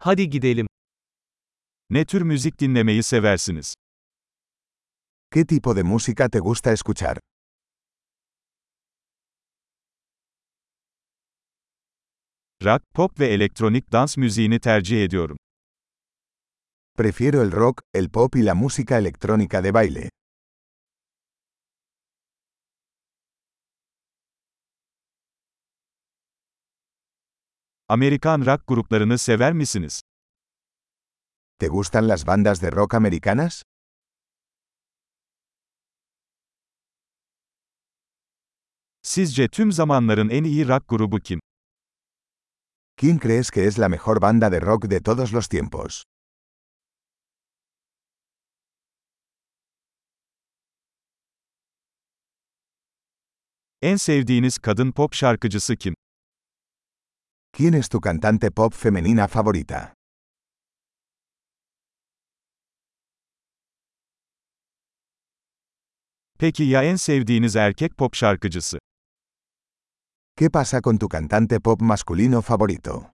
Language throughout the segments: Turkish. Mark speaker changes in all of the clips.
Speaker 1: Hadi gidelim.
Speaker 2: Ne tür müzik dinlemeyi seversiniz?
Speaker 3: ¿Qué tipo de música te gusta escuchar?
Speaker 2: Rock, pop ve elektronik dans müziğini tercih ediyorum.
Speaker 3: Prefiero el rock, el pop y la música electrónica de baile.
Speaker 2: Amerikan rock gruplarını sever misiniz?
Speaker 3: ¿Te gustan las bandas de rock americanas?
Speaker 2: Sizce tüm zamanların en iyi rock grubu kim?
Speaker 3: ¿Quién crees que es la mejor banda de rock de todos los tiempos?
Speaker 2: En sevdiğiniz kadın pop şarkıcısı kim?
Speaker 3: ¿Quién es tu cantante pop femenina favorita?
Speaker 2: Peki ya en sevdiğiniz erkek pop şarkıcısı?
Speaker 3: ¿Qué pasa con tu cantante pop masculino favorito?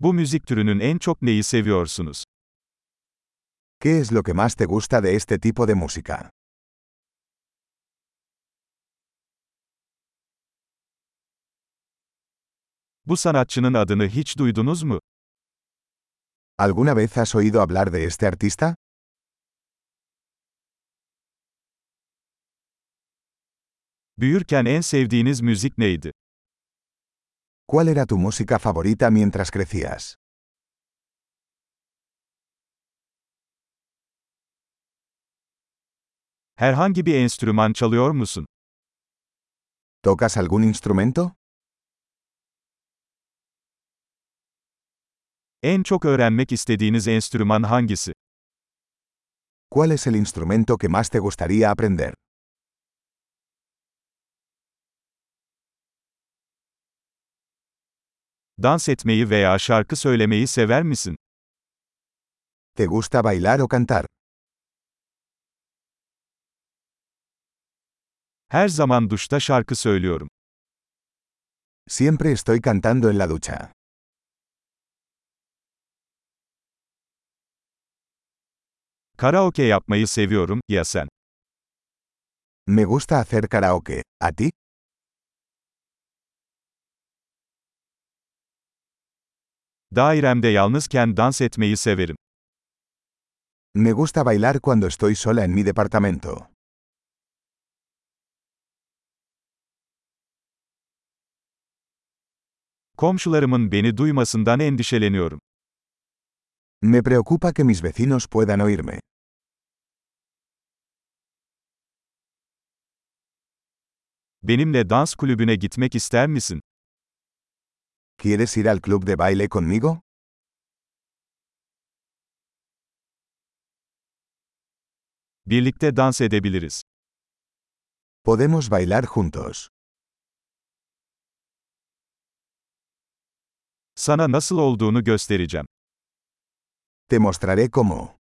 Speaker 2: Bu müzik türünün en çok neyi seviyorsunuz?
Speaker 3: ¿Qué es lo que más te gusta de este tipo de música?
Speaker 2: Bu sanatçının adını hiç duydunuz mu?
Speaker 3: ¿Alguna vez has oído hablar de este artista?
Speaker 2: Büyürken en sevdiğiniz müzik neydi?
Speaker 3: ¿Cuál era tu música favorita mientras crecías?
Speaker 2: Herhangi bir enstrüman çalıyor musun?
Speaker 3: ¿Tocas algún instrumento?
Speaker 2: En çok öğrenmek istediğiniz enstrüman hangisi?
Speaker 3: ¿Cuál es el instrumento que más te gustaría aprender?
Speaker 2: Dans etmeyi veya şarkı söylemeyi sever misin?
Speaker 3: ¿Te gusta bailar o cantar?
Speaker 2: Her zaman duşta şarkı söylüyorum.
Speaker 3: Siempre estoy cantando en la ducha.
Speaker 2: Karaoke yapmayı seviyorum, ya sen?
Speaker 3: Me gusta hacer karaoke. ¿A ti?
Speaker 2: Dairemde yalnızken dans etmeyi severim.
Speaker 3: Me gusta bailar cuando estoy sola en mi departamento.
Speaker 2: Komşularımın beni duymasından endişeleniyorum.
Speaker 3: Me preocupa que mis vecinos puedan oírme.
Speaker 2: Benimle dans kulübüne gitmek ister misin?
Speaker 3: ¿Quieres ir al club de baile conmigo?
Speaker 2: Birlikte dans edebiliriz.
Speaker 3: Podemos bailar juntos.
Speaker 2: Sana nasıl olduğunu göstereceğim.
Speaker 3: Te mostraré cómo.